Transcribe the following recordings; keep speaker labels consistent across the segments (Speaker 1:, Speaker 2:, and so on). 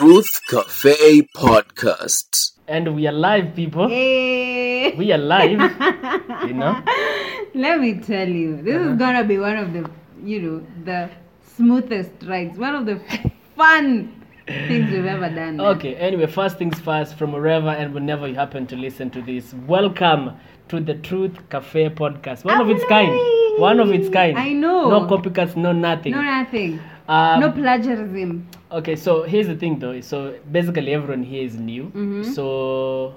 Speaker 1: Youth Cafe Podcast.
Speaker 2: and we are live people
Speaker 3: Hey.
Speaker 2: we are live you know
Speaker 3: Let me tell you, this
Speaker 2: Uh-huh.
Speaker 3: is gonna be one of the, you know, the smoothest rides, one of the fun things we've ever done.
Speaker 2: okay anyway first things first from wherever and whenever you happen to listen to this welcome to the truth cafe podcast one of its kind one of its kind
Speaker 3: I know.
Speaker 2: no copycats no nothing
Speaker 3: No nothing.
Speaker 2: um,
Speaker 3: no plagiarism.
Speaker 2: okay so here's the thing though so basically everyone here is new so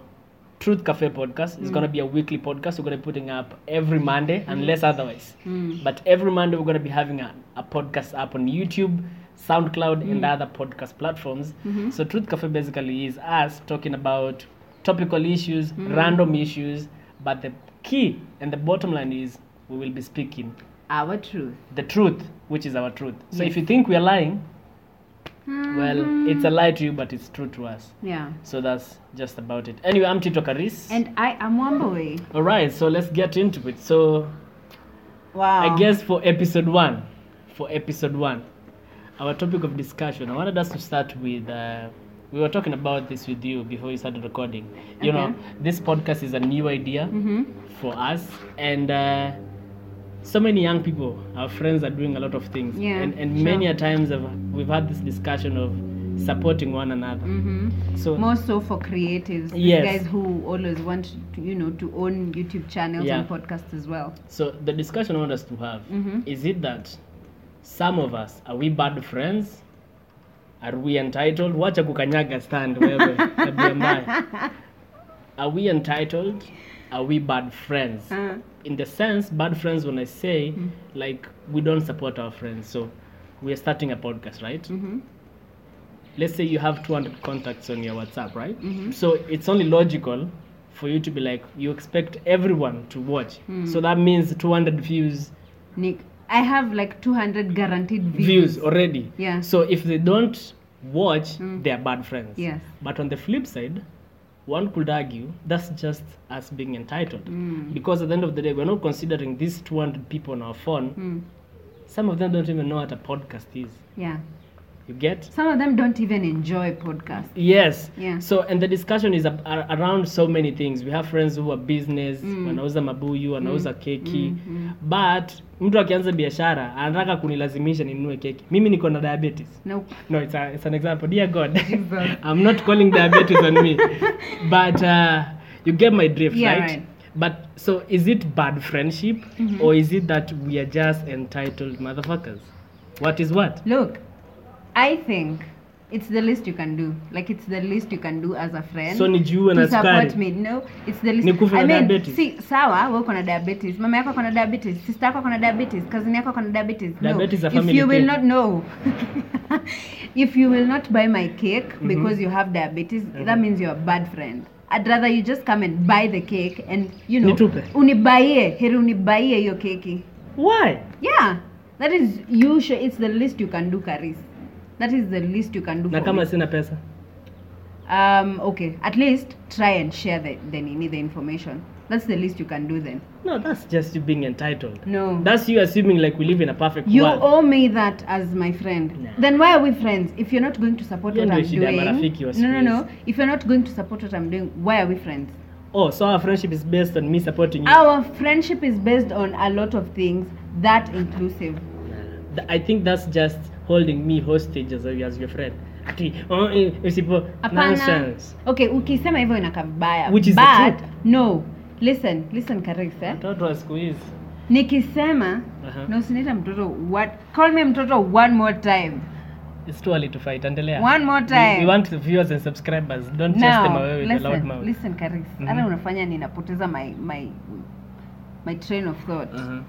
Speaker 2: truth cafe podcast is going to be a weekly podcast we're going to be putting up every monday unless otherwise
Speaker 3: Mm.
Speaker 2: but every monday we're going to be having a, a podcast up on youtube soundcloud and other podcast platforms so truth cafe basically is us talking about topical issues random issues but the key and the bottom line is we will be speaking
Speaker 3: Our truth.
Speaker 2: the truth which is our truth so if you think we are lying well it's a lie to you but it's true to us
Speaker 3: Yeah.
Speaker 2: so that's just about it anyway i'm tito karis
Speaker 3: And I am Wambowe.
Speaker 2: all right so let's get into it so
Speaker 3: Wow.
Speaker 2: I guess for episode one, for episode one, our topic of discussion, I wanted us to start with. Uh, we were talking about this with you before we started recording. You know, this podcast is a new idea
Speaker 3: Mm-hmm.
Speaker 2: for us, and uh, so many young people, our friends, are doing a lot of things.
Speaker 3: Yeah,
Speaker 2: and and
Speaker 3: sure.
Speaker 2: many a times have, we've had this discussion of supporting one another.
Speaker 3: hmm
Speaker 2: So
Speaker 3: More so for creatives, these
Speaker 2: Yes.
Speaker 3: guys who always want to, you know, to own YouTube channels
Speaker 2: Yeah.
Speaker 3: and podcasts as well.
Speaker 2: So the discussion I want us to have
Speaker 3: Mhm.
Speaker 2: is it that some of us are we bad friends? Are we entitled? Wacha kukanyaga stand wewe tabia mbaya. Are we entitled? Are we bad friends?
Speaker 3: Uh,
Speaker 2: In the sense, bad friends when I say like we don't support our friends. So we are starting a podcast, right?
Speaker 3: mhm.
Speaker 2: let's say you have 200 contacts on your WhatsApp, right? So it's only logical for you to be like, you expect everyone to watch. So that means 200 views,
Speaker 3: Nick, I have like 200 guaranteed
Speaker 2: views already.
Speaker 3: Yeah. Mm.
Speaker 2: So if they don't watch, they are bad friends.
Speaker 3: Yes.
Speaker 2: But on the flip side, one could argue that's just us being entitled.
Speaker 3: Mm.
Speaker 2: Because at the end of the day, we're not considering these 200 people on our phone.
Speaker 3: Mm.
Speaker 2: Some of them don't even know what a podcast is.
Speaker 3: Yeah.
Speaker 2: You get?
Speaker 3: Some of them don't even enjoy podcasts.
Speaker 2: Yes.
Speaker 3: Yeah.
Speaker 2: So and the discussion is ab- ar- around so many things. We have friends who are business,
Speaker 3: Mm.
Speaker 2: wanauza mabuyu, wanauza keki. But mtu akianza biashara anataka kunilazimisha ninunue keki. Mimi niko na diabetes.
Speaker 3: Nope.
Speaker 2: No, it's, a, it's an example. Dear God, I'm not calling diabetes on me. But uh, you get my drift,
Speaker 3: Yeah,
Speaker 2: right?
Speaker 3: right. Mm-hmm.
Speaker 2: But so is it bad friendship or is it that we are just entitled motherfuckers? What is what?
Speaker 3: Look, I think it's the least you can do. Like it's the least you can do as a friend.
Speaker 2: So ni juu na
Speaker 3: to support
Speaker 2: sukari.
Speaker 3: me. No, it's the least.
Speaker 2: Nikufe
Speaker 3: I
Speaker 2: na
Speaker 3: mean,
Speaker 2: diabetes.
Speaker 3: see, sawa, wewe kuna diabetes. Mama yako kuna diabetes, sister yako kuna diabetes, cousin yako kuna diabetes. No.
Speaker 2: Diabetes is a
Speaker 3: if
Speaker 2: family
Speaker 3: you will
Speaker 2: thing.
Speaker 3: not know. if you will not buy my cake
Speaker 2: Mhm.
Speaker 3: because you have diabetes, that means you're a bad friend. I'd rather you just come and buy the cake and you know
Speaker 2: Nitupe.
Speaker 3: unibaie, heri unibaie hiyo keki.
Speaker 2: Why?
Speaker 3: Yeah, that is you. Sure, it's the least you can do, Karis. That is the least you can do.
Speaker 2: Na
Speaker 3: for
Speaker 2: kama
Speaker 3: me.
Speaker 2: sina pesa.
Speaker 3: Um, okay, at least try and share the the nini, the information. That's the least you can do then.
Speaker 2: No, that's just you being entitled.
Speaker 3: No,
Speaker 2: That's you assuming like we live in a perfect
Speaker 3: Mm. you
Speaker 2: world.
Speaker 3: owe me that as my friend.
Speaker 2: Nah.
Speaker 3: Then why are we friends? If you're not going to support
Speaker 2: Hiyo
Speaker 3: what
Speaker 2: ndio
Speaker 3: I'm
Speaker 2: shida ya
Speaker 3: doing,
Speaker 2: marafiki wa siku
Speaker 3: no, no, no. If you're not going to support what I'm doing, why are we friends?
Speaker 2: oh, so our friendship is based on me supporting you.
Speaker 3: Our friendship is based on a lot of things, that inclusive.
Speaker 2: Th- I think that's just holding me hostage as, as your friend. Ati, oh, eh, usipo
Speaker 3: Hapana.
Speaker 2: nonsense.
Speaker 3: Okay, ukisema hivyo inakaa vibaya.
Speaker 2: Which is the
Speaker 3: but
Speaker 2: truth.
Speaker 3: no. Listen, listen Karis, eh?
Speaker 2: Mtoto wa siku hizi.
Speaker 3: Nikisema
Speaker 2: Aha.
Speaker 3: na usiniita mtoto what call me mtoto one more time.
Speaker 2: It's too early to fight. Endelea.
Speaker 3: One more
Speaker 2: We,
Speaker 3: time.
Speaker 2: we want the viewers and subscribers. Don't just them
Speaker 3: Now,
Speaker 2: away with a loud
Speaker 3: listen,
Speaker 2: mouth.
Speaker 3: listen Karis.
Speaker 2: Mhm.
Speaker 3: Hata unafanya ninapoteza my my my train of thought.
Speaker 2: Uh-huh.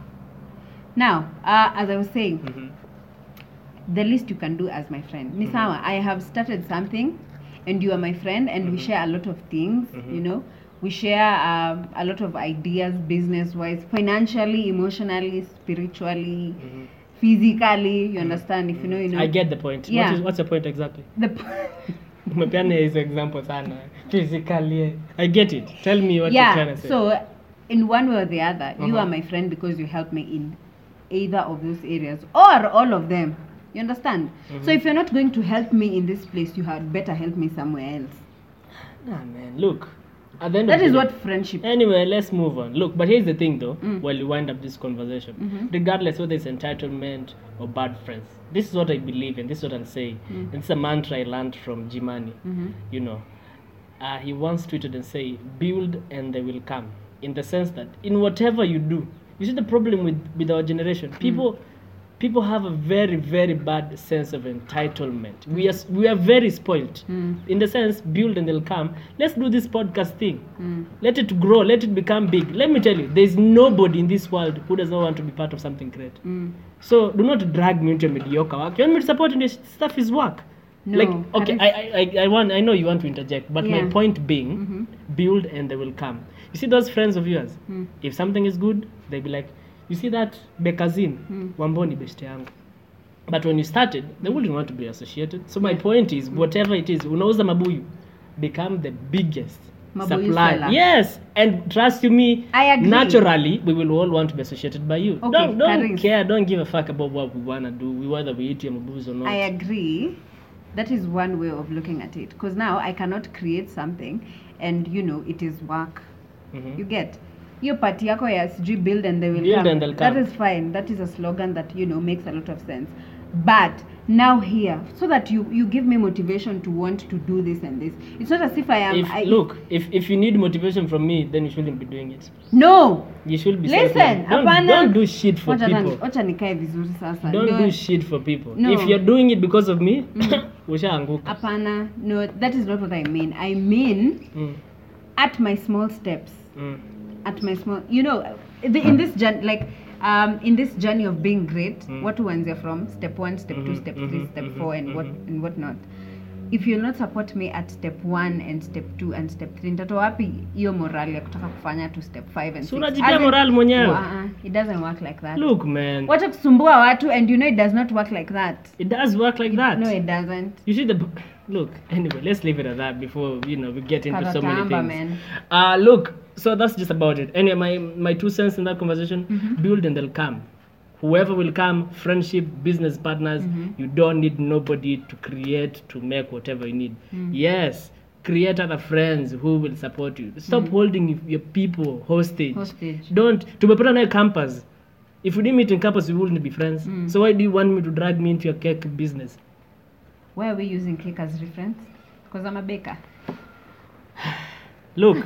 Speaker 3: Now, uh, as I was saying,
Speaker 2: Mhm.
Speaker 3: the least you can do as my friend.
Speaker 2: Mm-hmm.
Speaker 3: Ni sawa, I have started something and you are my friend and
Speaker 2: Mm-hmm.
Speaker 3: we share a lot of things, you know. We share um, a lot of ideas business wise, financially, emotionally, spiritually, physically, you understand if you know you know.
Speaker 2: mm-hmm. I get the point.
Speaker 3: Yeah.
Speaker 2: What is, what's your point exactly?
Speaker 3: the p-
Speaker 2: Umepeana hizo example sana. Physically. eh. I get it. Tell me what you're
Speaker 3: yeah
Speaker 2: trying to say.
Speaker 3: so in one way or the other you
Speaker 2: Mhm.
Speaker 3: are my friend because you help me in either of those areas or all of them You understand?
Speaker 2: Mm-hmm.
Speaker 3: So if you're not going to help me in this place, you had better help me somewhere else.
Speaker 2: Nah, man, look. At the end
Speaker 3: That
Speaker 2: of the
Speaker 3: is
Speaker 2: day-
Speaker 3: what friendship.
Speaker 2: Anyway, let's move on. Look, but here's the thing though, while you wind up this conversation, regardless whether it's entitlement or bad friends, this is what I believe and this is what I'm saying. And it's a mantra I learned from Jimani. You know, uh, he once tweeted and say, "Build and they will come." In the sense that in whatever you do, you see the problem with with our generation. People, people have a very very bad sense of entitlement. We are s- we are very spoiled. In the sense, build and they'll come. Let's do this podcast thing.
Speaker 3: Mm-hmm.
Speaker 2: Let it grow. Let it become big. Let me tell you, there is nobody in this world who does not want to be part of something great. So do not drag me into your mediocre work. You want me to support your stuff is work.
Speaker 3: No,
Speaker 2: like okay,
Speaker 3: Harris-
Speaker 2: I, I, I, I want I know you want to interject, but my
Speaker 3: Yeah. Mm-hmm.
Speaker 2: point being, build and they will come. You see those friends of yours.
Speaker 3: Hmm.
Speaker 2: If something is good, they'll be like, you see that Bekazin,
Speaker 3: Hmm.
Speaker 2: Wamboni beshte yangu. But when you started, they wouldn't want to be associated. So my point
Speaker 3: Hmm.
Speaker 2: is, whatever it is, unauza mabuyu, become the biggest
Speaker 3: Mabuyu
Speaker 2: supplier.
Speaker 3: seller.
Speaker 2: Yes, and trust you me,
Speaker 3: I agree.
Speaker 2: naturally we will all want to be associated by you.
Speaker 3: Okay,
Speaker 2: don't don't
Speaker 3: Karis.
Speaker 2: care. Don't give a fuck about what we wanna do. We whether we eat your mabuyu or not.
Speaker 3: I agree. That is one way of looking at it. Because now I cannot create something and you know it is work.
Speaker 2: Mhm.
Speaker 3: You get your party yako ya sijui build and they will
Speaker 2: Build
Speaker 3: come.
Speaker 2: and they'll
Speaker 3: That
Speaker 2: come.
Speaker 3: is fine. That is a slogan that you know makes a lot of sense. But now here, so that you you give me motivation to want to do this and this. It's not as if I am.
Speaker 2: if
Speaker 3: I,
Speaker 2: look if if you need motivation from me then you shouldn't be doing it
Speaker 3: no.
Speaker 2: you should be
Speaker 3: Listen,
Speaker 2: self-made. don't,
Speaker 3: hapana.
Speaker 2: don't do shit for
Speaker 3: Wacha nani-
Speaker 2: people
Speaker 3: wacha nikae vizuri sasa.
Speaker 2: don't
Speaker 3: Ndio-
Speaker 2: do shit for people
Speaker 3: No. Mm.
Speaker 2: if you're doing it because of me ushaanguka
Speaker 3: Hapana. No, that is not what I mean. I mean
Speaker 2: mm,
Speaker 3: at my small steps.
Speaker 2: mm,
Speaker 3: at my small you know the, in this journey like um, in this journey of being great
Speaker 2: Mm.
Speaker 3: what ones are from step one step two
Speaker 2: Mhm,
Speaker 3: step three
Speaker 2: mhm,
Speaker 3: step
Speaker 2: mhm,
Speaker 3: four and what
Speaker 2: mhm.
Speaker 3: and what not if you'll not support me at step one and step two and step three nitatoa wapi hiyo morali ya kutaka kufanya to step five and
Speaker 2: Si
Speaker 3: six?
Speaker 2: unajitia
Speaker 3: As in-
Speaker 2: morali mwenyewe.
Speaker 3: Wa- uh-uh, it doesn't work like that
Speaker 2: look man
Speaker 3: wacha kusumbua watu and you know it does not work like that
Speaker 2: it does work like that
Speaker 3: no it doesn't
Speaker 2: you see the b- look anyway let's leave it at that before you know we get into so many
Speaker 3: Karatamba,
Speaker 2: things uh look so that's just about it anyway my my two cents in that conversation build and they'll come whoever will come friendship business partners you don't need nobody to create to make whatever you need yes create other friends who will support you stop holding your people hostage
Speaker 3: Hostage.
Speaker 2: don't tumepata naye campus if we didn't meet in campus we wouldn't be friends so why do you want me to drag me into your cake business
Speaker 3: why are we using cake as reference because i'm a baker
Speaker 2: look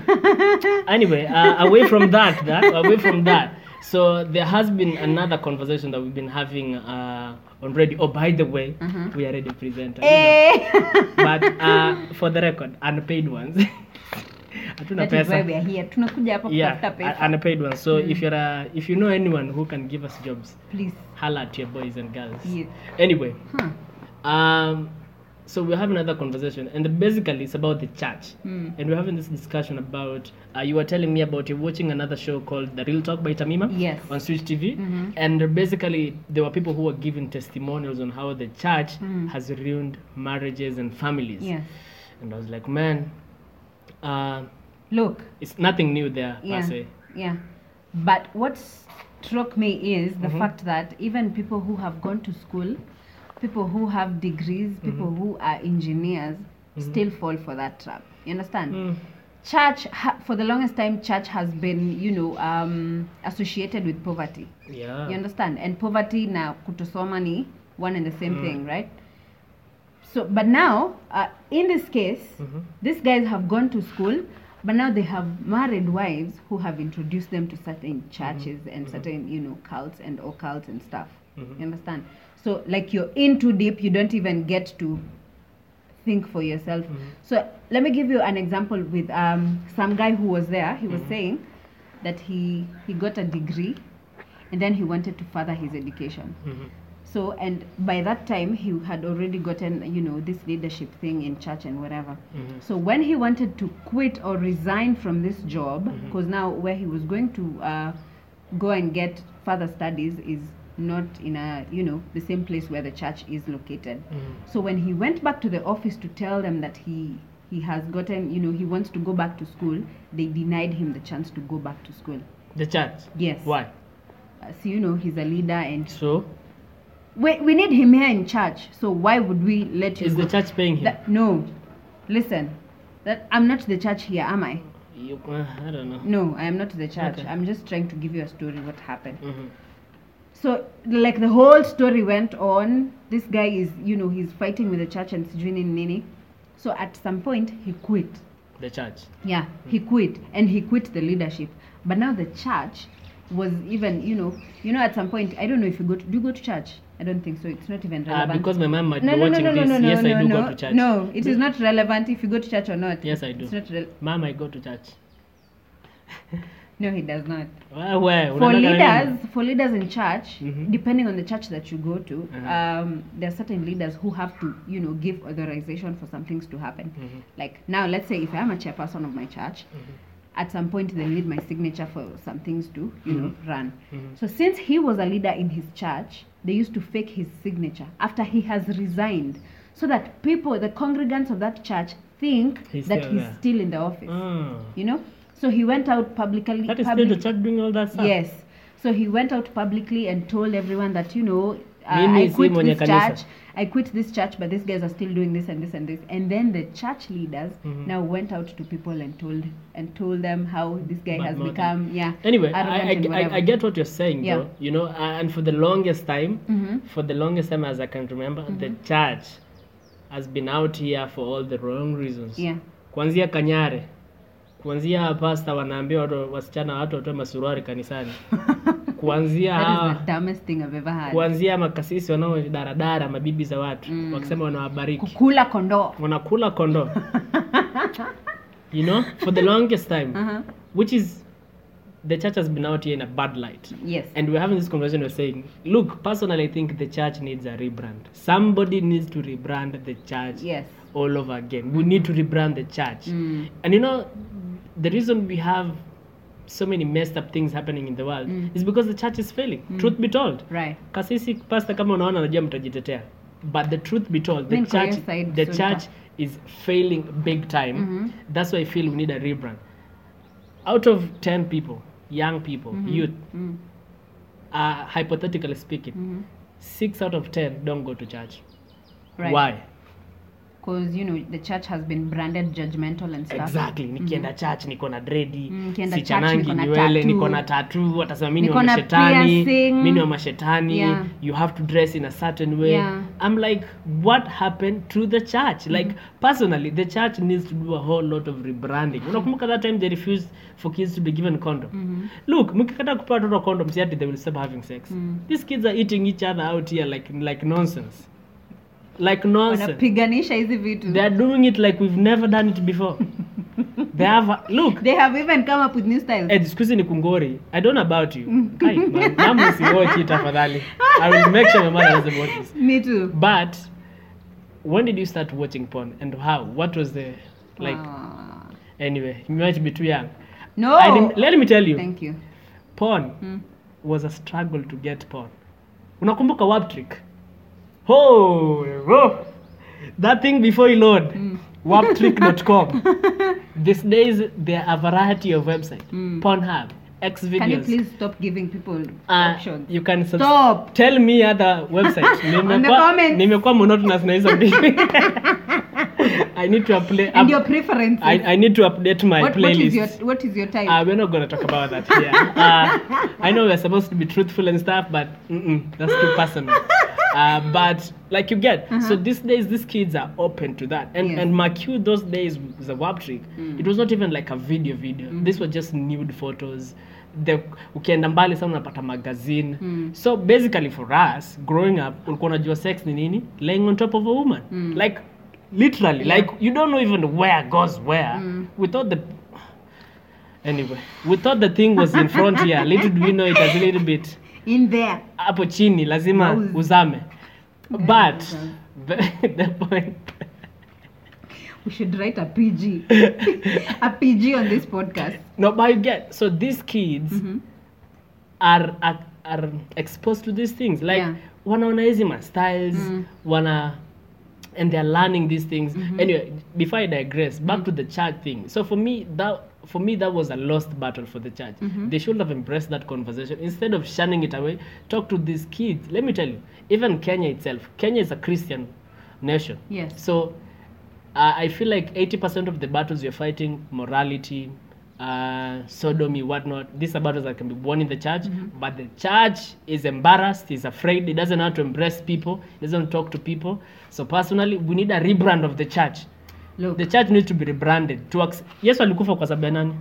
Speaker 2: anyway uh, away from that that away from that so there has been another conversation that we've been having uh, on radio oh by the way we are radio presenter you know.
Speaker 3: Mm-hmm. Eh.
Speaker 2: but uh, for the record unpaid ones hatuna
Speaker 3: That is why
Speaker 2: pesa
Speaker 3: we are here. Tunakuja hapa
Speaker 2: yeah
Speaker 3: kutafuta pesa.
Speaker 2: un- unpaid ones so
Speaker 3: Mm.
Speaker 2: if you're uh, if you know anyone who can give us jobs
Speaker 3: Please.
Speaker 2: holla at your boys and girls
Speaker 3: Yeah.
Speaker 2: anyway
Speaker 3: Huh.
Speaker 2: um so we're having another conversation and basically it's about the church
Speaker 3: Mm.
Speaker 2: and we're having this discussion about uh, you were telling me about you watching another show called the real talk by tamima
Speaker 3: Yes. Mm-hmm.
Speaker 2: on switch tv and basically there were people who were giving testimonials on how the church
Speaker 3: Mm.
Speaker 2: has ruined marriages and families
Speaker 3: Yes.
Speaker 2: and i was like man uh,
Speaker 3: Look.
Speaker 2: it's nothing new there per
Speaker 3: Yeah.
Speaker 2: se.
Speaker 3: Yeah. But what struck me is the
Speaker 2: Mm-hmm.
Speaker 3: fact that even people who have gone to school, people who have degrees,
Speaker 2: Mm-hmm.
Speaker 3: people who are engineers still fall for that trap. You understand?
Speaker 2: Mm.
Speaker 3: Church ha- for the longest time church has been, you know, um, associated with poverty.
Speaker 2: yeah
Speaker 3: you understand and poverty na kutosoma ni one and the same thing right so but now uh, in this case
Speaker 2: Mm. Mm-hmm.
Speaker 3: these guys have gone to school but now they have married wives who have introduced them to certain churches and certain you know cults and occults and stuff you understand so like you're in too deep you don't even get to think for yourself so let me give you an example with um, some guy who was there he was saying that he he got a degree and then he wanted to further his education
Speaker 2: Mhm.
Speaker 3: so and by that time he had already gotten you know this leadership thing in church and whatever
Speaker 2: Mhm.
Speaker 3: so when he wanted to quit or resign from this job
Speaker 2: Mm-hmm.
Speaker 3: because now where he was going to uh, go and get further studies is not in a you know the same place where the church is located
Speaker 2: Mhm.
Speaker 3: so when he went back to the office to tell them that he he has gotten you know he wants to go back to school they denied him the chance to go back to school
Speaker 2: the church
Speaker 3: yes
Speaker 2: why
Speaker 3: Uh, so you know he's a leader and
Speaker 2: so
Speaker 3: we, we need him here in church so why would we let you
Speaker 2: Is
Speaker 3: go?
Speaker 2: the church paying him?
Speaker 3: That- no listen that i'm not the church here am i
Speaker 2: You, uh, I don't know.
Speaker 3: no i am not the church
Speaker 2: Okay.
Speaker 3: i'm just trying to give you a story what happened
Speaker 2: Mhm.
Speaker 3: so like the whole story went on this guy is you know he's fighting with the church and sijui nini nini so at some point he quit
Speaker 2: The church.
Speaker 3: yeah he
Speaker 2: Hmm.
Speaker 3: quit and he quit the leadership but now the church was even you know you know at some point i don't know if you go to do you go to church i don't think so it's not even
Speaker 2: Uh,
Speaker 3: relevant
Speaker 2: because my mom might
Speaker 3: no
Speaker 2: be
Speaker 3: no no
Speaker 2: watching
Speaker 3: no no
Speaker 2: this.
Speaker 3: no no
Speaker 2: yes,
Speaker 3: no
Speaker 2: I do
Speaker 3: no
Speaker 2: go to church.
Speaker 3: no it is not relevant if you go to church or not
Speaker 2: Yes, I do.
Speaker 3: it's not re-
Speaker 2: Mom, I go to church.
Speaker 3: no he does not
Speaker 2: Where? where?
Speaker 3: for
Speaker 2: Unaenda kanisa?
Speaker 3: leaders for leaders in church
Speaker 2: Mhm.
Speaker 3: depending on the church that you go to
Speaker 2: Uh-huh.
Speaker 3: um, there are certain leaders who have to you know give authorization for some things to happen
Speaker 2: Mhm.
Speaker 3: like now let's say if i am a chairperson of my church
Speaker 2: Mm-hmm.
Speaker 3: at some point they need my signature for some things to you know run
Speaker 2: Mhm.
Speaker 3: so since he was a leader in his church they used to fake his signature after he has resigned so that people the congregants of that church think
Speaker 2: He's
Speaker 3: that
Speaker 2: still
Speaker 3: he's
Speaker 2: there.
Speaker 3: still in the office
Speaker 2: Mm.
Speaker 3: you know so he went out publicly
Speaker 2: Ah. That is
Speaker 3: public-
Speaker 2: still the church doing all that stuff.
Speaker 3: Yes. So he went out publicly and told everyone that, you know, uh,
Speaker 2: Mimi
Speaker 3: I
Speaker 2: si
Speaker 3: quit
Speaker 2: mwenye
Speaker 3: this
Speaker 2: kanisa.
Speaker 3: church. I quit this church, but these guys are still doing this and this and this. And then the church leaders
Speaker 2: Mhm.
Speaker 3: now went out to people and told and told them how this guy
Speaker 2: Bad
Speaker 3: has
Speaker 2: mouthing.
Speaker 3: become, yeah.
Speaker 2: Anyway, I, I,
Speaker 3: arrogant and
Speaker 2: I- I,
Speaker 3: whatever.
Speaker 2: get what you're saying,
Speaker 3: Yeah.
Speaker 2: though. You know, uh, and for the longest time,
Speaker 3: Mhm.
Speaker 2: for the longest time as I can remember, the
Speaker 3: Mm-hmm.
Speaker 2: church has been out here for all the wrong reasons.
Speaker 3: Yeah.
Speaker 2: Kuanzia Kanyare, kuanzia pasta wanaambia watu wasichana watu watoe masuruari kanisani. Kuanzia
Speaker 3: That is
Speaker 2: hawa
Speaker 3: the dumbest thing I've ever heard.
Speaker 2: kuanzia makasisi wanaodaradara mabibi za watu
Speaker 3: Mm.
Speaker 2: wakisema wanawabariki
Speaker 3: Kukula kondoo.
Speaker 2: wanakula kondoo you know for the longest time
Speaker 3: Uh-huh.
Speaker 2: which is the church has been out here in a bad light
Speaker 3: Yes.
Speaker 2: and we're having this conversation we're saying look personally i think the church needs a rebrand somebody needs to rebrand the church
Speaker 3: yes.
Speaker 2: all over again we need to rebrand the church
Speaker 3: Mm.
Speaker 2: and you know the reason we have so many messed up things happening in the world
Speaker 3: Mm.
Speaker 2: is because the church is failing truth be told
Speaker 3: Right.
Speaker 2: kasisi pasta kama unaona najua mtajitetea but the truth be told the
Speaker 3: Mimi niko
Speaker 2: church,
Speaker 3: hiyo side,
Speaker 2: the
Speaker 3: so
Speaker 2: church is failing big time
Speaker 3: Mhm.
Speaker 2: that's why i feel we need a rebrand out of 10 people young people youth
Speaker 3: Mm.
Speaker 2: uh, hypothetically speaking
Speaker 3: Mhm.
Speaker 2: six out of 10 don't go to church
Speaker 3: Right.
Speaker 2: why
Speaker 3: Because, you know, the church has been branded judgmental and stuff.
Speaker 2: exactly nikienda church niko na dredi
Speaker 3: Mm, nikienda church,
Speaker 2: sichanangi
Speaker 3: niko na
Speaker 2: nywele
Speaker 3: tattoo.
Speaker 2: niko na tatu watasema mimi ni
Speaker 3: Niko
Speaker 2: wa
Speaker 3: na
Speaker 2: mashetani
Speaker 3: piercing.
Speaker 2: mimi ni wa mashetani
Speaker 3: Yeah.
Speaker 2: you have to dress in a certain way
Speaker 3: Yeah. Mm.
Speaker 2: i'm like what happened to the church like personally the church needs to do a whole lot of rebranding
Speaker 3: Mm.
Speaker 2: unakumbuka that time they refused for kids to be given condom
Speaker 3: Mhm.
Speaker 2: look mkikata kupewa watoto condom si ati they will stop having sex
Speaker 3: Mm.
Speaker 2: these kids are eating each other out here like like nonsense like nonsense
Speaker 3: Wanapiganisha hizi vitu.
Speaker 2: they are doing it like we've never done it before they have a, look
Speaker 3: They have even come up with new styles.
Speaker 2: eh, siku hizi ni kungori i don't know about you Kai, man, mama usiwatch it tafadhali i will make sure my mother doesn't watch this
Speaker 3: Me too.
Speaker 2: but when did you start watching porn and how what was the like
Speaker 3: Ah.
Speaker 2: anyway you might be too young
Speaker 3: no.
Speaker 2: I rem- let me tell you
Speaker 3: Thank you.
Speaker 2: porn
Speaker 3: Mm.
Speaker 2: was a struggle to get porn unakumbuka wap trick oh, oh. that thing before you load
Speaker 3: Mm.
Speaker 2: waptrick.com these days there are a variety of websites
Speaker 3: Mm.
Speaker 2: pornhub x
Speaker 3: Can you
Speaker 2: videos
Speaker 3: please stop giving people
Speaker 2: Uh,
Speaker 3: options?
Speaker 2: you can subs-
Speaker 3: Stop.
Speaker 2: tell me other website nimekuwa
Speaker 3: comments.
Speaker 2: nimekuwa monotonous na hizo mbili i need to apply
Speaker 3: And your preferences.
Speaker 2: I, I need to update my
Speaker 3: what, what
Speaker 2: playlist
Speaker 3: is your what is your type?
Speaker 2: uh, we're not gonna talk about that here. Uh, I know we're supposed to be truthful and stuff, but mm-mm, that's too personal. Uh, but like you get, so these days these kids are open to that, and
Speaker 3: Yes.
Speaker 2: and Macu those days was a web trick.
Speaker 3: Mm.
Speaker 2: It was not even like a video video. These were just nude photos. The ukienda mbali sana unapata magazine.
Speaker 3: Mm.
Speaker 2: So basically for us growing up, ulikuwa unajua sex ni nini? Laying on top of a woman.
Speaker 3: Mm.
Speaker 2: Like literally, like you don't know even where goes where.
Speaker 3: Mm.
Speaker 2: We thought the Anyway, we thought the thing was in front here. Little do we know it was a little bit
Speaker 3: In there.
Speaker 2: hapo chini, lazima
Speaker 3: Mauzi.
Speaker 2: uzame. But the, the point
Speaker 3: We should write a PG. a PG on this podcast.
Speaker 2: no, but you get so these kids
Speaker 3: Mhm.
Speaker 2: are, are are exposed to these things like
Speaker 3: Yeah.
Speaker 2: wanaona hizi ma styles
Speaker 3: Mm.
Speaker 2: wana and they're learning these things anyway before i digress back to the church thing so for me that for me that was a lost battle for the church they should have embraced that conversation instead of shunning it away talk to these kids let me tell you even kenya itself kenya is a christian nation
Speaker 3: Yes.
Speaker 2: so uh, I feel like 80% of the battles you're fighting, morality, uh, sodomy, whatnot, these are battles that can be won in the church. But the church is embarrassed, is afraid, it doesn't know how to embrace people, it doesn't talk to people. So personally, we need a rebrand of the church.
Speaker 3: Look,
Speaker 2: The church needs to be rebranded. To acc- Yesu alikufa kwa sababu ya nani?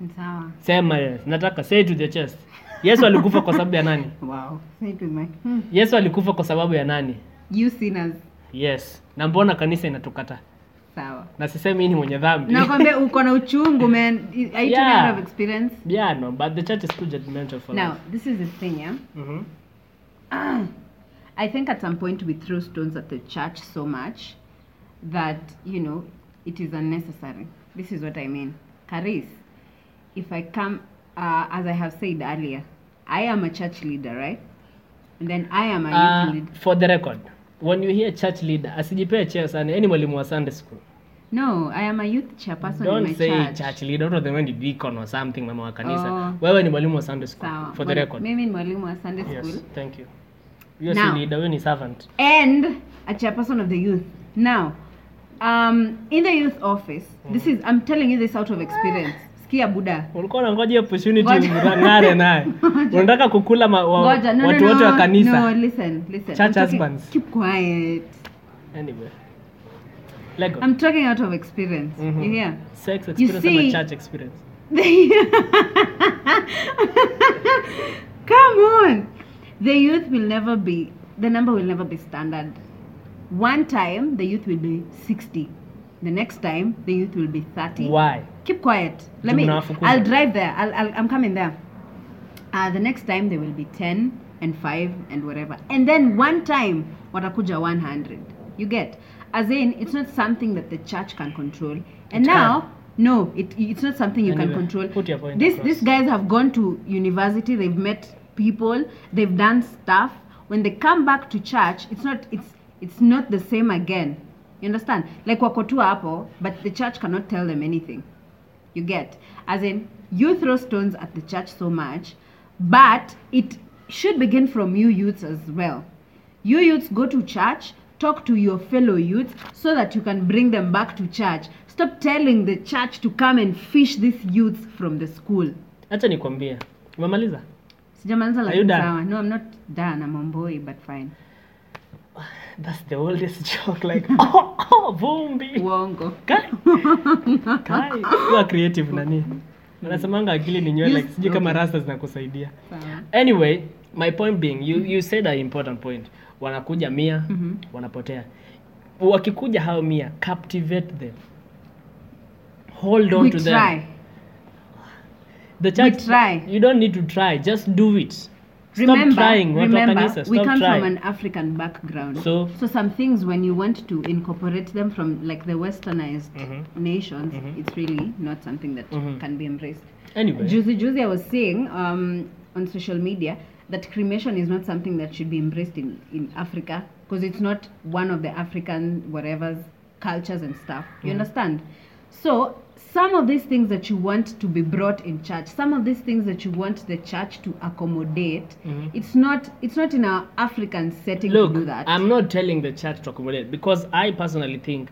Speaker 3: ni sawa.
Speaker 2: Sema yes. Nataka say it to the chest. Yesu alikufa kwa sababu ya nani?
Speaker 3: Wow. Say it with my- Hmm.
Speaker 2: Yesu alikufa kwa sababu ya nani?
Speaker 3: You sinners.
Speaker 2: Yes. Na mbona kanisa inatukata?
Speaker 3: Sawa.
Speaker 2: Na sisemi hii ni mwenye dhambi.
Speaker 3: nakwambia uko na uchungu man are you
Speaker 2: Yeah.
Speaker 3: tired of experience
Speaker 2: Yeah, no, but the church is too judgmental for
Speaker 3: now
Speaker 2: us.
Speaker 3: this is the thing yeah
Speaker 2: Mhm.
Speaker 3: i think at some point we threw stones at the church so much that you know it is unnecessary this is what i mean Karis, if i come uh, as i have said earlier i am a church leader right and then i am a youth leader
Speaker 2: Uh, for the record, when you hear church leader, asijipee cheo sana, yani mwalimu wa Sunday school.
Speaker 3: no i am a youth chairperson in my
Speaker 2: Don't say
Speaker 3: church,
Speaker 2: church, leader, don't remember ni deacon or something mama wa kanisa.
Speaker 3: Oh.
Speaker 2: Wewe ni mwalimu wa Sunday school.
Speaker 3: Sawa.
Speaker 2: For the
Speaker 3: Mwali-
Speaker 2: record.
Speaker 3: mimi ni mwalimu wa sunday
Speaker 2: Yes,
Speaker 3: school
Speaker 2: thank you. Wewe si
Speaker 3: Now.
Speaker 2: leader, wewe ni servant.
Speaker 3: and a chairperson of the youth. Now, um, in the youth office, this
Speaker 2: Mm.
Speaker 3: is I'm telling you this out of experience. Skia Buddha.
Speaker 2: Ulikuwa unangoja hiyo opportunity
Speaker 3: Ngoja.
Speaker 2: ngare naye.
Speaker 3: Ngoja.
Speaker 2: Unataka kukula ma, wa,
Speaker 3: Ngoja, no,
Speaker 2: watu
Speaker 3: no,
Speaker 2: wote
Speaker 3: no,
Speaker 2: wa kanisa.
Speaker 3: No, listen, listen.
Speaker 2: Church
Speaker 3: I'm talking-
Speaker 2: husbands.
Speaker 3: Keep quiet.
Speaker 2: Anyway. Lego.
Speaker 3: I'm talking out of experience.
Speaker 2: Mhm.
Speaker 3: Um, You hear?
Speaker 2: Sex experience ama
Speaker 3: see-
Speaker 2: church experience?
Speaker 3: Come on. The youth will never be the number will never be standard. One time the youth will be 60. The next time the youth will be 30.
Speaker 2: Why?
Speaker 3: keep quiet let
Speaker 2: Jibu
Speaker 3: me
Speaker 2: nawafukuza.
Speaker 3: i'll drive there I'll, I'll, i'm coming there uh, the next time there will be 10 and 5 and whatever and then one time watakuja 100 you get as in it's not something that the church can control and
Speaker 2: It
Speaker 3: now no it, it's not something you can
Speaker 2: Anyway,
Speaker 3: control
Speaker 2: put your point
Speaker 3: this
Speaker 2: across.
Speaker 3: these guys have gone to university they've met people they've done stuff when they come back to church it's not it's it's not the same again you understand like wako tu hapo but the church cannot tell them anything you get as in you throw stones at the church so much but it should begin from you youths as well you youths go to church talk to your fellow youths so that you can bring them back to church stop telling the church to come and fish these youths from the school
Speaker 2: Acha nikwambie. Umemaliza?
Speaker 3: sijamaliza
Speaker 2: Are you
Speaker 3: lakini
Speaker 2: done?
Speaker 3: sawa no i'm not done i'm on boy but fine
Speaker 2: That's the oldest joke. Like, oh, oh, vumbi.
Speaker 3: uongo
Speaker 2: Kai, kai. Kuwa creative nani. Wanasemanga akili ni nywele.
Speaker 3: Yes.
Speaker 2: Sijui kama rasta zinakusaidia.
Speaker 3: sawa
Speaker 2: Anyway, my point being, you, you said an important point. Wanakuja mia,
Speaker 3: Mhm.
Speaker 2: wanapotea. Wakikuja hao mia, captivate them. Hold on
Speaker 3: we
Speaker 2: to
Speaker 3: try
Speaker 2: them. The church,
Speaker 3: try.
Speaker 2: You don't need to try. Just do it.
Speaker 3: remember,
Speaker 2: Stop trying. Watu wa
Speaker 3: remember,
Speaker 2: kanisa,
Speaker 3: we
Speaker 2: stop
Speaker 3: come
Speaker 2: trying.
Speaker 3: from an African background.
Speaker 2: So-
Speaker 3: some things when you want to incorporate them from like the westernized
Speaker 2: Mhm.
Speaker 3: nations,
Speaker 2: Mhm.
Speaker 3: it's really not something that
Speaker 2: Mhm.
Speaker 3: can be embraced.
Speaker 2: Anyway.
Speaker 3: Juicy Juicy, I was saying um, on social media that cremation is not something that should be embraced in, in Africa because it's not one of the African whatever's cultures and stuff. You understand? So, some of these things that you want to be brought in church, some of these things that you want the church to accommodate,
Speaker 2: Mhm.
Speaker 3: it's not it's not in our African setting
Speaker 2: Look,
Speaker 3: to do that.
Speaker 2: I'm not telling the church to accommodate because I personally think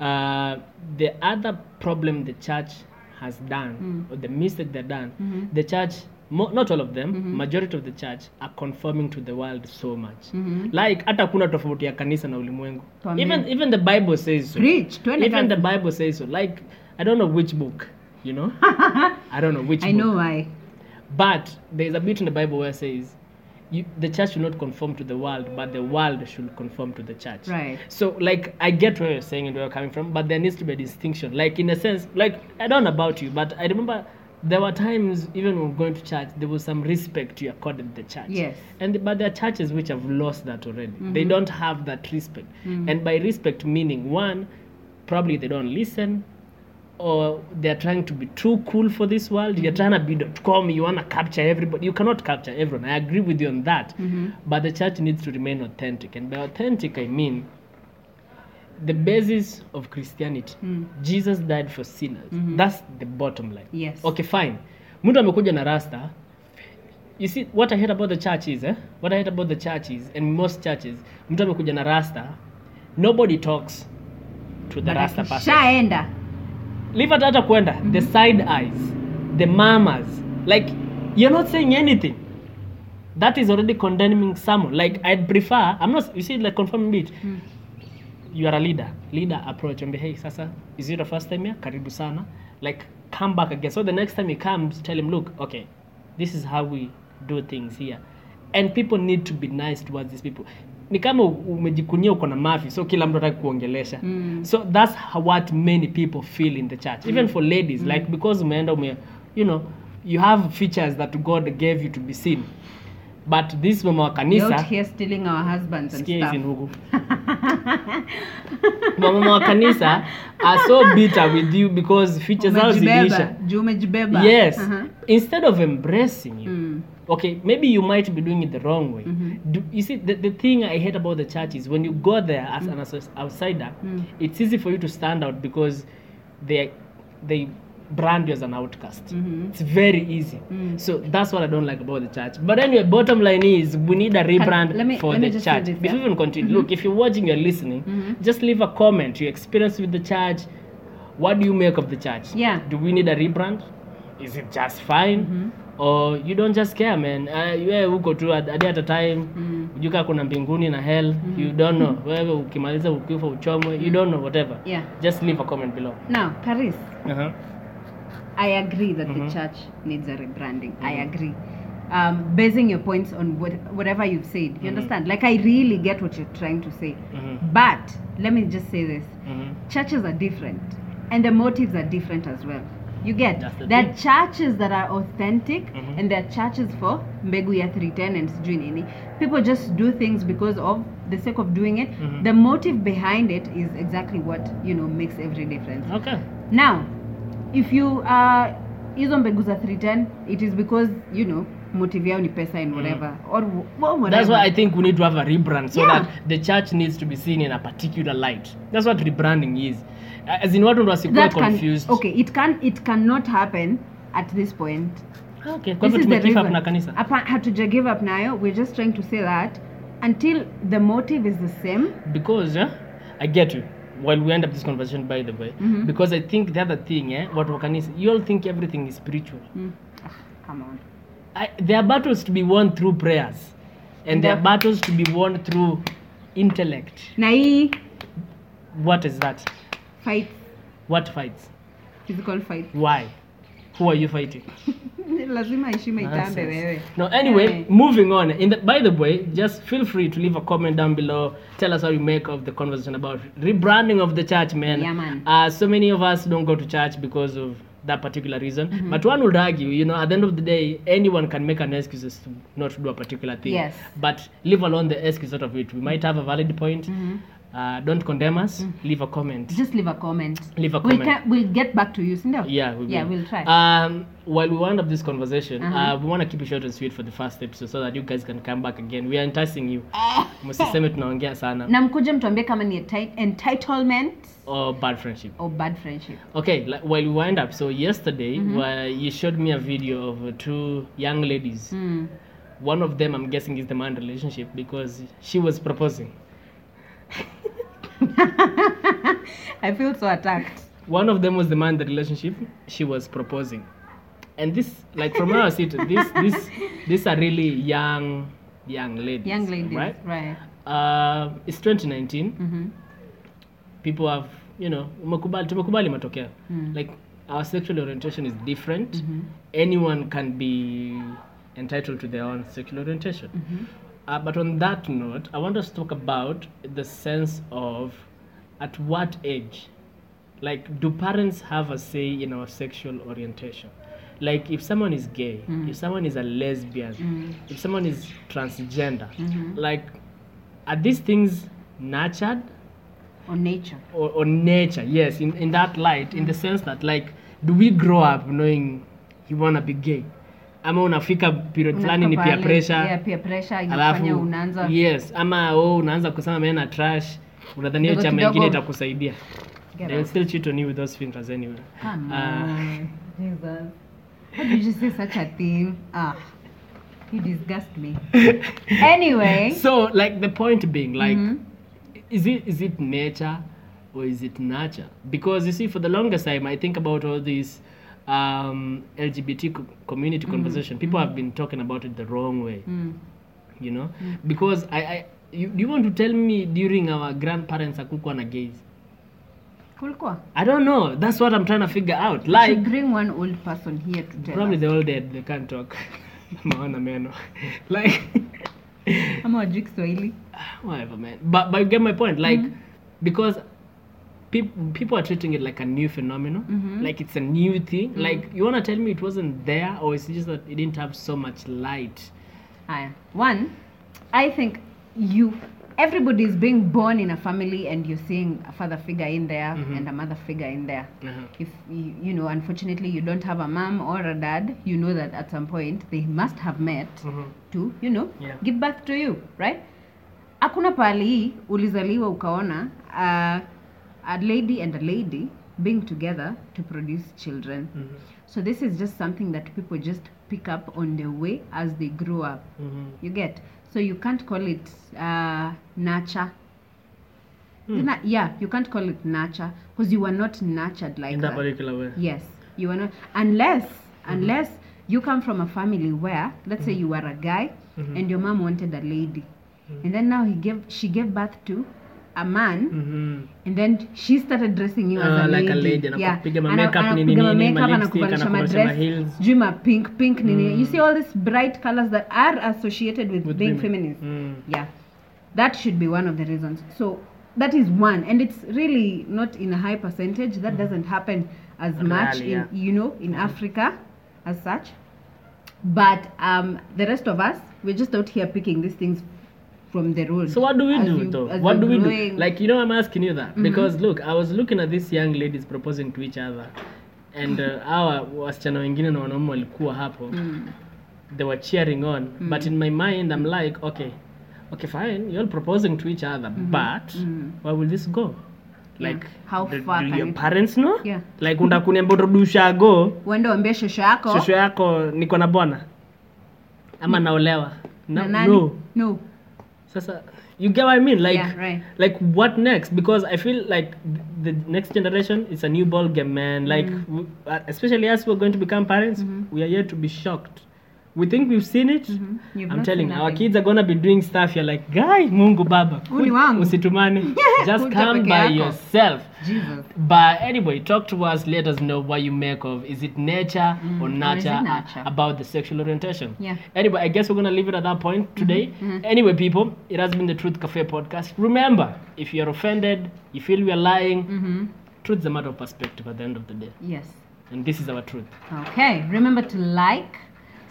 Speaker 2: uh, the other problem the church has
Speaker 3: Mm.
Speaker 2: done or the mistake they've done,
Speaker 3: Mm-hmm.
Speaker 2: the church, mo- not all of them, majority of the church are conforming to the world so much.
Speaker 3: Mhm.
Speaker 2: Like hata kuna tofauti ya kanisa na ulimwengu.
Speaker 3: Tuambie.
Speaker 2: Even even the Bible says so.
Speaker 3: Preach, twende
Speaker 2: Even the
Speaker 3: kazi.
Speaker 2: Bible says so. Like I don't know which book, you know? I don't know which
Speaker 3: I
Speaker 2: book.
Speaker 3: know why.
Speaker 2: But there is a bit in the Bible where it says, you, the church should not conform to the world, but the world should conform to the church.
Speaker 3: Right.
Speaker 2: So, like, I get where you're saying and where you're coming from, but there needs to be a distinction. Like, in a sense, like, I don't know about you, but I remember there were times, even when going to church, there was some respect you accorded the church.
Speaker 3: Yes. Mm-hmm.
Speaker 2: And but there are churches which have lost that already. They don't have that respect.
Speaker 3: Mm.
Speaker 2: And by respect, meaning one, probably they don't listen, or they're trying to be too cool for this world. You're
Speaker 3: Mm-hmm.
Speaker 2: trying to be dot com. You wanna capture everybody. You cannot capture everyone. I agree
Speaker 3: Mm-hmm.
Speaker 2: with you on that. But the church needs to remain authentic, and by authentic I mean the basis of Christianity.
Speaker 3: Mm.
Speaker 2: Jesus died for sinners. That's the bottom line.
Speaker 3: Mm-hmm. Yes.
Speaker 2: Okay, fine. Mtu amekuja na rasta. You see what I hate about the church is, eh? What I hate about the church is and most churches, mtu amekuja na rasta, nobody talks to the rasta person.
Speaker 3: shaenda
Speaker 2: leave at hata kwenda the side eyes the mamas like you're not saying anything that is already condemning someone like i'd prefer i'm not you see like confirming it you are a leader leader approach and be hey sasa is it the first time here karibu sana like come back again so the next time he comes tell him look okay this is how we do things here and people need to be nice towards these people ni kama umejikunia uko na mafi so kila mtu ataki kuongelesha
Speaker 3: Mm.
Speaker 2: so that's how, what many people feel in the church even for ladies like because umeenda ume you know you have features that god gave you to be seen but this mama wa
Speaker 3: You're out
Speaker 2: kanisa
Speaker 3: here stealing our husbands and
Speaker 2: Sikia hizi
Speaker 3: stuff
Speaker 2: ndugu mama wa kanisa are so bitter with you because features zao
Speaker 3: umejibeba
Speaker 2: ziliisha
Speaker 3: juu umejibeba Uh-huh.
Speaker 2: yes
Speaker 3: Aha.
Speaker 2: instead of embracing you
Speaker 3: Mm. Mm-hmm.
Speaker 2: okay maybe you might be doing it the wrong way Do, you see the, the thing i hate about the church is when you go there as an associ- outsider
Speaker 3: Mm.
Speaker 2: it's easy for you to stand out because they they brand you as an outcast
Speaker 3: Mhm.
Speaker 2: it's very easy
Speaker 3: Mm.
Speaker 2: so that's what i don't like about the church but anyway bottom line is we need a rebrand
Speaker 3: let me-
Speaker 2: for
Speaker 3: let me
Speaker 2: the
Speaker 3: just say
Speaker 2: church
Speaker 3: this, yeah? Mm-hmm.
Speaker 2: before we even continue look if you're watching you're listening
Speaker 3: Mhm.
Speaker 2: just leave a comment your experience with the church what do you make of the church
Speaker 3: Yeah.
Speaker 2: do we need a rebrand is it just fine
Speaker 3: Mm-hmm.
Speaker 2: or you don't just care man uh, wewe huko tu at- hadi at a time
Speaker 3: Mm.
Speaker 2: ujuka kuna mbinguni na hell
Speaker 3: Mm-hmm.
Speaker 2: you don't know wewe ukimaliza ukifa uchomwe you don't know whatever
Speaker 3: Yeah.
Speaker 2: just leave a comment below
Speaker 3: now paris
Speaker 2: uh-huh.
Speaker 3: I agree that the church needs a rebranding. I agree. Um, basing your points on what, whatever you've said, you understand? Like, I really get what you're trying to say.
Speaker 2: Mhm.
Speaker 3: But let me just say this
Speaker 2: Mhm.
Speaker 3: churches are different, and the motives are different as well. You get
Speaker 2: That's the
Speaker 3: there are
Speaker 2: thing.
Speaker 3: churches that are authentic,
Speaker 2: Mhm.
Speaker 3: and there are churches for Mbegu ya 310 and sijui nini. People just do things because of the sake of doing it.
Speaker 2: Mhm.
Speaker 3: The motive behind it is exactly what you know makes every difference.
Speaker 2: okay
Speaker 3: now if you are hizo mbegu za 310 it is because you know motive yao ni pesa and whatever or wh- or whatever
Speaker 2: Mm-hmm. That's why I think we need to have a rebrand so
Speaker 3: Yeah.
Speaker 2: that the church needs to be seen in a particular light. That's what rebranding is. As in watu ndo wasikuwe
Speaker 3: that can
Speaker 2: confused.
Speaker 3: okay it can it cannot happen at this point
Speaker 2: Okay, kwa
Speaker 3: this
Speaker 2: hivyo
Speaker 3: is the
Speaker 2: tumegive up
Speaker 3: reason
Speaker 2: na kanisa.
Speaker 3: Hapa- hatuja give up nayo we're just trying to say that until the motive is the same
Speaker 2: Because eh, I get you. While we end up this conversation by the way,
Speaker 3: Mhm.
Speaker 2: because I think the other thing, eh, watu wa kanisa, you all think everything is spiritual.
Speaker 3: mm. ah, come on
Speaker 2: I, there are battles to be won through prayers and there are battles to be won through intellect.
Speaker 3: na hii
Speaker 2: What is that?
Speaker 3: fight
Speaker 2: What fights?
Speaker 3: physical fight
Speaker 2: Why? Who are you fighting?
Speaker 3: lazima heshima itambe
Speaker 2: Nonsense.
Speaker 3: wewe
Speaker 2: No, anyway,
Speaker 3: Anyway.
Speaker 2: moving on. In the, by the way, just feel free to leave a comment down below. Tell us how you make of the conversation about rebranding of the church, man.
Speaker 3: Yeah, man.
Speaker 2: Uh, so many of us don't go to church because of that particular reason.
Speaker 3: Mm-hmm.
Speaker 2: But one would argue, you know, at the end of the day, anyone can make an excuse as to not to do a particular thing.
Speaker 3: Yes.
Speaker 2: But leave alone the excuse out of it. We might have a valid point.
Speaker 3: Mm-hmm.
Speaker 2: Uh, don't condemn us.
Speaker 3: Mm.
Speaker 2: Leave a comment.
Speaker 3: just leave a comment
Speaker 2: Leave a
Speaker 3: We'll
Speaker 2: comment.
Speaker 3: ca- we'll get back to you sindio
Speaker 2: Yeah, we will.
Speaker 3: yeah we'll try
Speaker 2: Um, while we wind up this conversation, uh
Speaker 3: Uh-huh.
Speaker 2: we want to keep it short and sweet for the first episode so that you guys can come back again. We are enticing you.
Speaker 3: Ah.
Speaker 2: Msiseme tunaongea sana
Speaker 3: na mkuje mtuambie kama ni enti- entitlement
Speaker 2: or Oh, bad friendship.
Speaker 3: or bad friendship
Speaker 2: Okay, like, while we wind up, so yesterday
Speaker 3: Mm-hmm.
Speaker 2: where you showed me a video of uh, two young ladies.
Speaker 3: mm.
Speaker 2: One of them, I'm guessing, is the man relationship because she was proposing.
Speaker 3: i feel so attacked
Speaker 2: One of them was the man the relationship. She was proposing, and this, like from our seat, this, this, these are really young, young ladies.
Speaker 3: young ladies
Speaker 2: right?
Speaker 3: right, right.
Speaker 2: uh, it's 2019
Speaker 3: Mhm.
Speaker 2: people have you know umekubali tumekubali matokeo
Speaker 3: Mm.
Speaker 2: like our sexual orientation is different anyone can be entitled to their own sexual orientation uh, but on that note i want us to talk about the sense of at what age like do parents have a say in our sexual orientation like if someone is gay if someone is a lesbian if someone is transgender like are these things nurtured
Speaker 3: on nature
Speaker 2: or, or nature yes in, in that light in the sense that like do we grow up knowing you wanna be gay ama unafika period fulani ni
Speaker 3: Unatoka
Speaker 2: peer
Speaker 3: pale,
Speaker 2: pressure
Speaker 3: yeah, peer pressure inafanya unaanza
Speaker 2: yes ama oh, unaanza kusema mena trash unadhania hiyo
Speaker 3: Kidogo
Speaker 2: chama ingine
Speaker 3: kidogo.
Speaker 2: itakusaidia
Speaker 3: Get
Speaker 2: They'll
Speaker 3: out.
Speaker 2: still cheat on you with those fingers anyway
Speaker 3: Come
Speaker 2: Ah.
Speaker 3: on, Jesus. How did you say such a thing? Ah, you disgust me. anyway,
Speaker 2: so like the point being like
Speaker 3: Mhm.
Speaker 2: is it is it nature or is it nurture because you see for the longest time i think about all these um, lgbt co- community
Speaker 3: Mm-hmm.
Speaker 2: conversation people have been talking about it the wrong way
Speaker 3: Mm.
Speaker 2: you know
Speaker 3: Mm-hmm.
Speaker 2: because i, I you, you want to tell me during our grandparents akukuwa na gays
Speaker 3: kulikuwa.
Speaker 2: i don't know that's what i'm trying to figure out
Speaker 3: should
Speaker 2: like
Speaker 3: bring one old person here to tell
Speaker 2: probably
Speaker 3: us.
Speaker 2: they're all dead they can't talk maona meno like
Speaker 3: Ama wajui Kiswahili.
Speaker 2: whatever man but but you get my point like
Speaker 3: Mm-hmm.
Speaker 2: because peop- people are treating it like a new phenomenon
Speaker 3: Mhm.
Speaker 2: like it's a new thing
Speaker 3: Mm-hmm.
Speaker 2: like you want to tell me it wasn't there or it's just that it didn't have so much light
Speaker 3: Haya. One, I think you everybody is being born in a family and you're seeing a father figure in there
Speaker 2: Mhm.
Speaker 3: and a mother figure in there.
Speaker 2: uh-huh.
Speaker 3: If you, you know, unfortunately, you don't have a mom or a dad, you know that at some point they must have met
Speaker 2: Mhm.
Speaker 3: to you know
Speaker 2: Yeah.
Speaker 3: give birth to you right hakuna pahali hii ulizaliwa ukaona uh, a lady and a lady being together to produce children
Speaker 2: Mhm.
Speaker 3: so this is just something that people just pick up on the way as they grow up
Speaker 2: Mhm.
Speaker 3: you get so you can't call it uh, nurture
Speaker 2: Hmm.
Speaker 3: Na- yeah you can't call it nurture because you were not nurtured like
Speaker 2: in that
Speaker 3: that
Speaker 2: particular way
Speaker 3: Yes, you are not unless
Speaker 2: Mm-hmm.
Speaker 3: unless you come from a family where let's say you were a guy
Speaker 2: Mhm.
Speaker 3: and your mom wanted a lady,
Speaker 2: Mm-hmm.
Speaker 3: and then now he gave she gave birth to a man,
Speaker 2: Mhm.
Speaker 3: and then she started dressing you
Speaker 2: Ah,
Speaker 3: as a
Speaker 2: like
Speaker 3: lady.
Speaker 2: a lady, anakupiga ma
Speaker 3: ana-
Speaker 2: makeup, nini,
Speaker 3: anakupiga ma
Speaker 2: nini,
Speaker 3: makeup,
Speaker 2: ma lipstick,
Speaker 3: anakuvalisha ma
Speaker 2: anakuvalisha ma
Speaker 3: dress,
Speaker 2: heels. Mm.
Speaker 3: juu ma pink pink nini. You see all these bright colors that are associated with,
Speaker 2: With
Speaker 3: being
Speaker 2: women.
Speaker 3: feminine.
Speaker 2: Mm.
Speaker 3: Yeah, that should be one of the reasons. So that is one, and it's really not in a high percentage. That doesn't happen as much
Speaker 2: Mm. Rarely,
Speaker 3: in
Speaker 2: yeah. Mm-hmm.
Speaker 3: you know in Africa, as such. But um, the rest of us, we're just out here picking these things from the road.
Speaker 2: So what do we
Speaker 3: as
Speaker 2: do
Speaker 3: you-
Speaker 2: though?
Speaker 3: as
Speaker 2: What
Speaker 3: you're
Speaker 2: do we do?
Speaker 3: growing. Mm-hmm.
Speaker 2: Like you know, I'm asking you that because look, I was looking at these young ladies proposing to each other, and uh, our wasichana wengine na wanaume walikuwa hapo.
Speaker 3: Mm.
Speaker 2: They were cheering on, but in my mind, I'm like, okay, okay, fine, you're all proposing to each other, but where will this go? Like,
Speaker 3: Mm-hmm. Mm. How
Speaker 2: do,
Speaker 3: far
Speaker 2: do
Speaker 3: can
Speaker 2: your
Speaker 3: it-
Speaker 2: parents know?
Speaker 3: Yeah.
Speaker 2: Like, unda kuniambia utarudisha go
Speaker 3: uende uambie shosho yako
Speaker 2: shosho yako niko na bwana ama naolewa?
Speaker 3: Mm. na
Speaker 2: No,
Speaker 3: nani?
Speaker 2: no.
Speaker 3: No.
Speaker 2: Sasa, you get what I mean? Like,
Speaker 3: yeah, right.
Speaker 2: like what next because i feel like th- the next generation is a new ball game
Speaker 3: Mm-hmm.
Speaker 2: man like w- uh especially as we're going to become parents we are yet to be shocked we think we've seen it
Speaker 3: Mm-hmm. You've
Speaker 2: i'm
Speaker 3: not
Speaker 2: telling
Speaker 3: seen
Speaker 2: our
Speaker 3: nothing.
Speaker 2: kids are gonna be doing stuff you're like guy mungu baba
Speaker 3: Huu ni wangu."
Speaker 2: usitumane just
Speaker 3: Kuja
Speaker 2: come
Speaker 3: peke
Speaker 2: by
Speaker 3: yako.
Speaker 2: yourself
Speaker 3: Jesus.
Speaker 2: but anyway talk to us let us know what you make of is it nature or
Speaker 3: Mm, is
Speaker 2: nurture,
Speaker 3: it
Speaker 2: uh,
Speaker 3: nurture?
Speaker 2: about the sexual orientation
Speaker 3: Yeah. Mm-hmm.
Speaker 2: anyway i guess we're gonna leave it at that point today anyway people it has been the truth cafe podcast remember if you're offended you feel we are lying
Speaker 3: Mm-hmm.
Speaker 2: truth's a matter of perspective at the end of the day
Speaker 3: Yes.
Speaker 2: and this is our truth
Speaker 3: Okay, remember to like,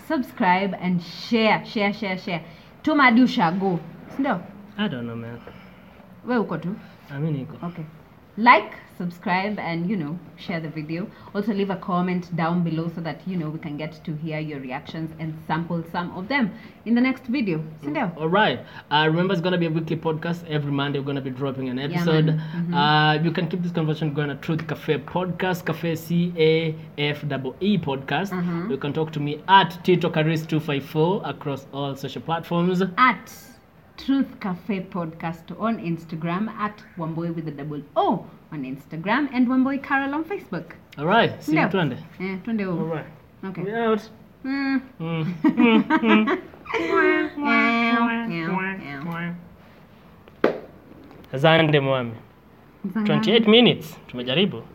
Speaker 3: subscribe, and share, share, share, share. Tuma hadi ushago, si ndio?
Speaker 2: i don't know man
Speaker 3: We uko tu.
Speaker 2: i mean Nico.
Speaker 3: Okay. Like, subscribe, and you know, share the video. Also, leave a comment down below so that you know we can get to hear your reactions and sample some of them in the next video. si ndio?
Speaker 2: All right. Uh, remember, it's gonna be a weekly podcast. Every Monday, we're gonna be dropping an episode.
Speaker 3: man.
Speaker 2: uh, you can keep this conversation going at Truth Cafe Podcast, Cafe C A F E Podcast.
Speaker 3: Mhm.
Speaker 2: You can talk to me at Tito Caris two five four across all social platforms.
Speaker 3: At Truth Cafe Podcast on Instagram, at Wamboy with a double O on Instagram, and Wamboy Carol on Facebook.
Speaker 2: All right. See you
Speaker 3: Ndio.
Speaker 2: Twende.
Speaker 3: Eh, twende
Speaker 2: All
Speaker 3: huko.
Speaker 2: right.
Speaker 3: Okay.
Speaker 2: We out.
Speaker 3: Mm.
Speaker 2: Mm.
Speaker 3: Mm-hmm. Meow, meow, meow.
Speaker 2: Asante mwami. 28 minutes. Tumejaribu.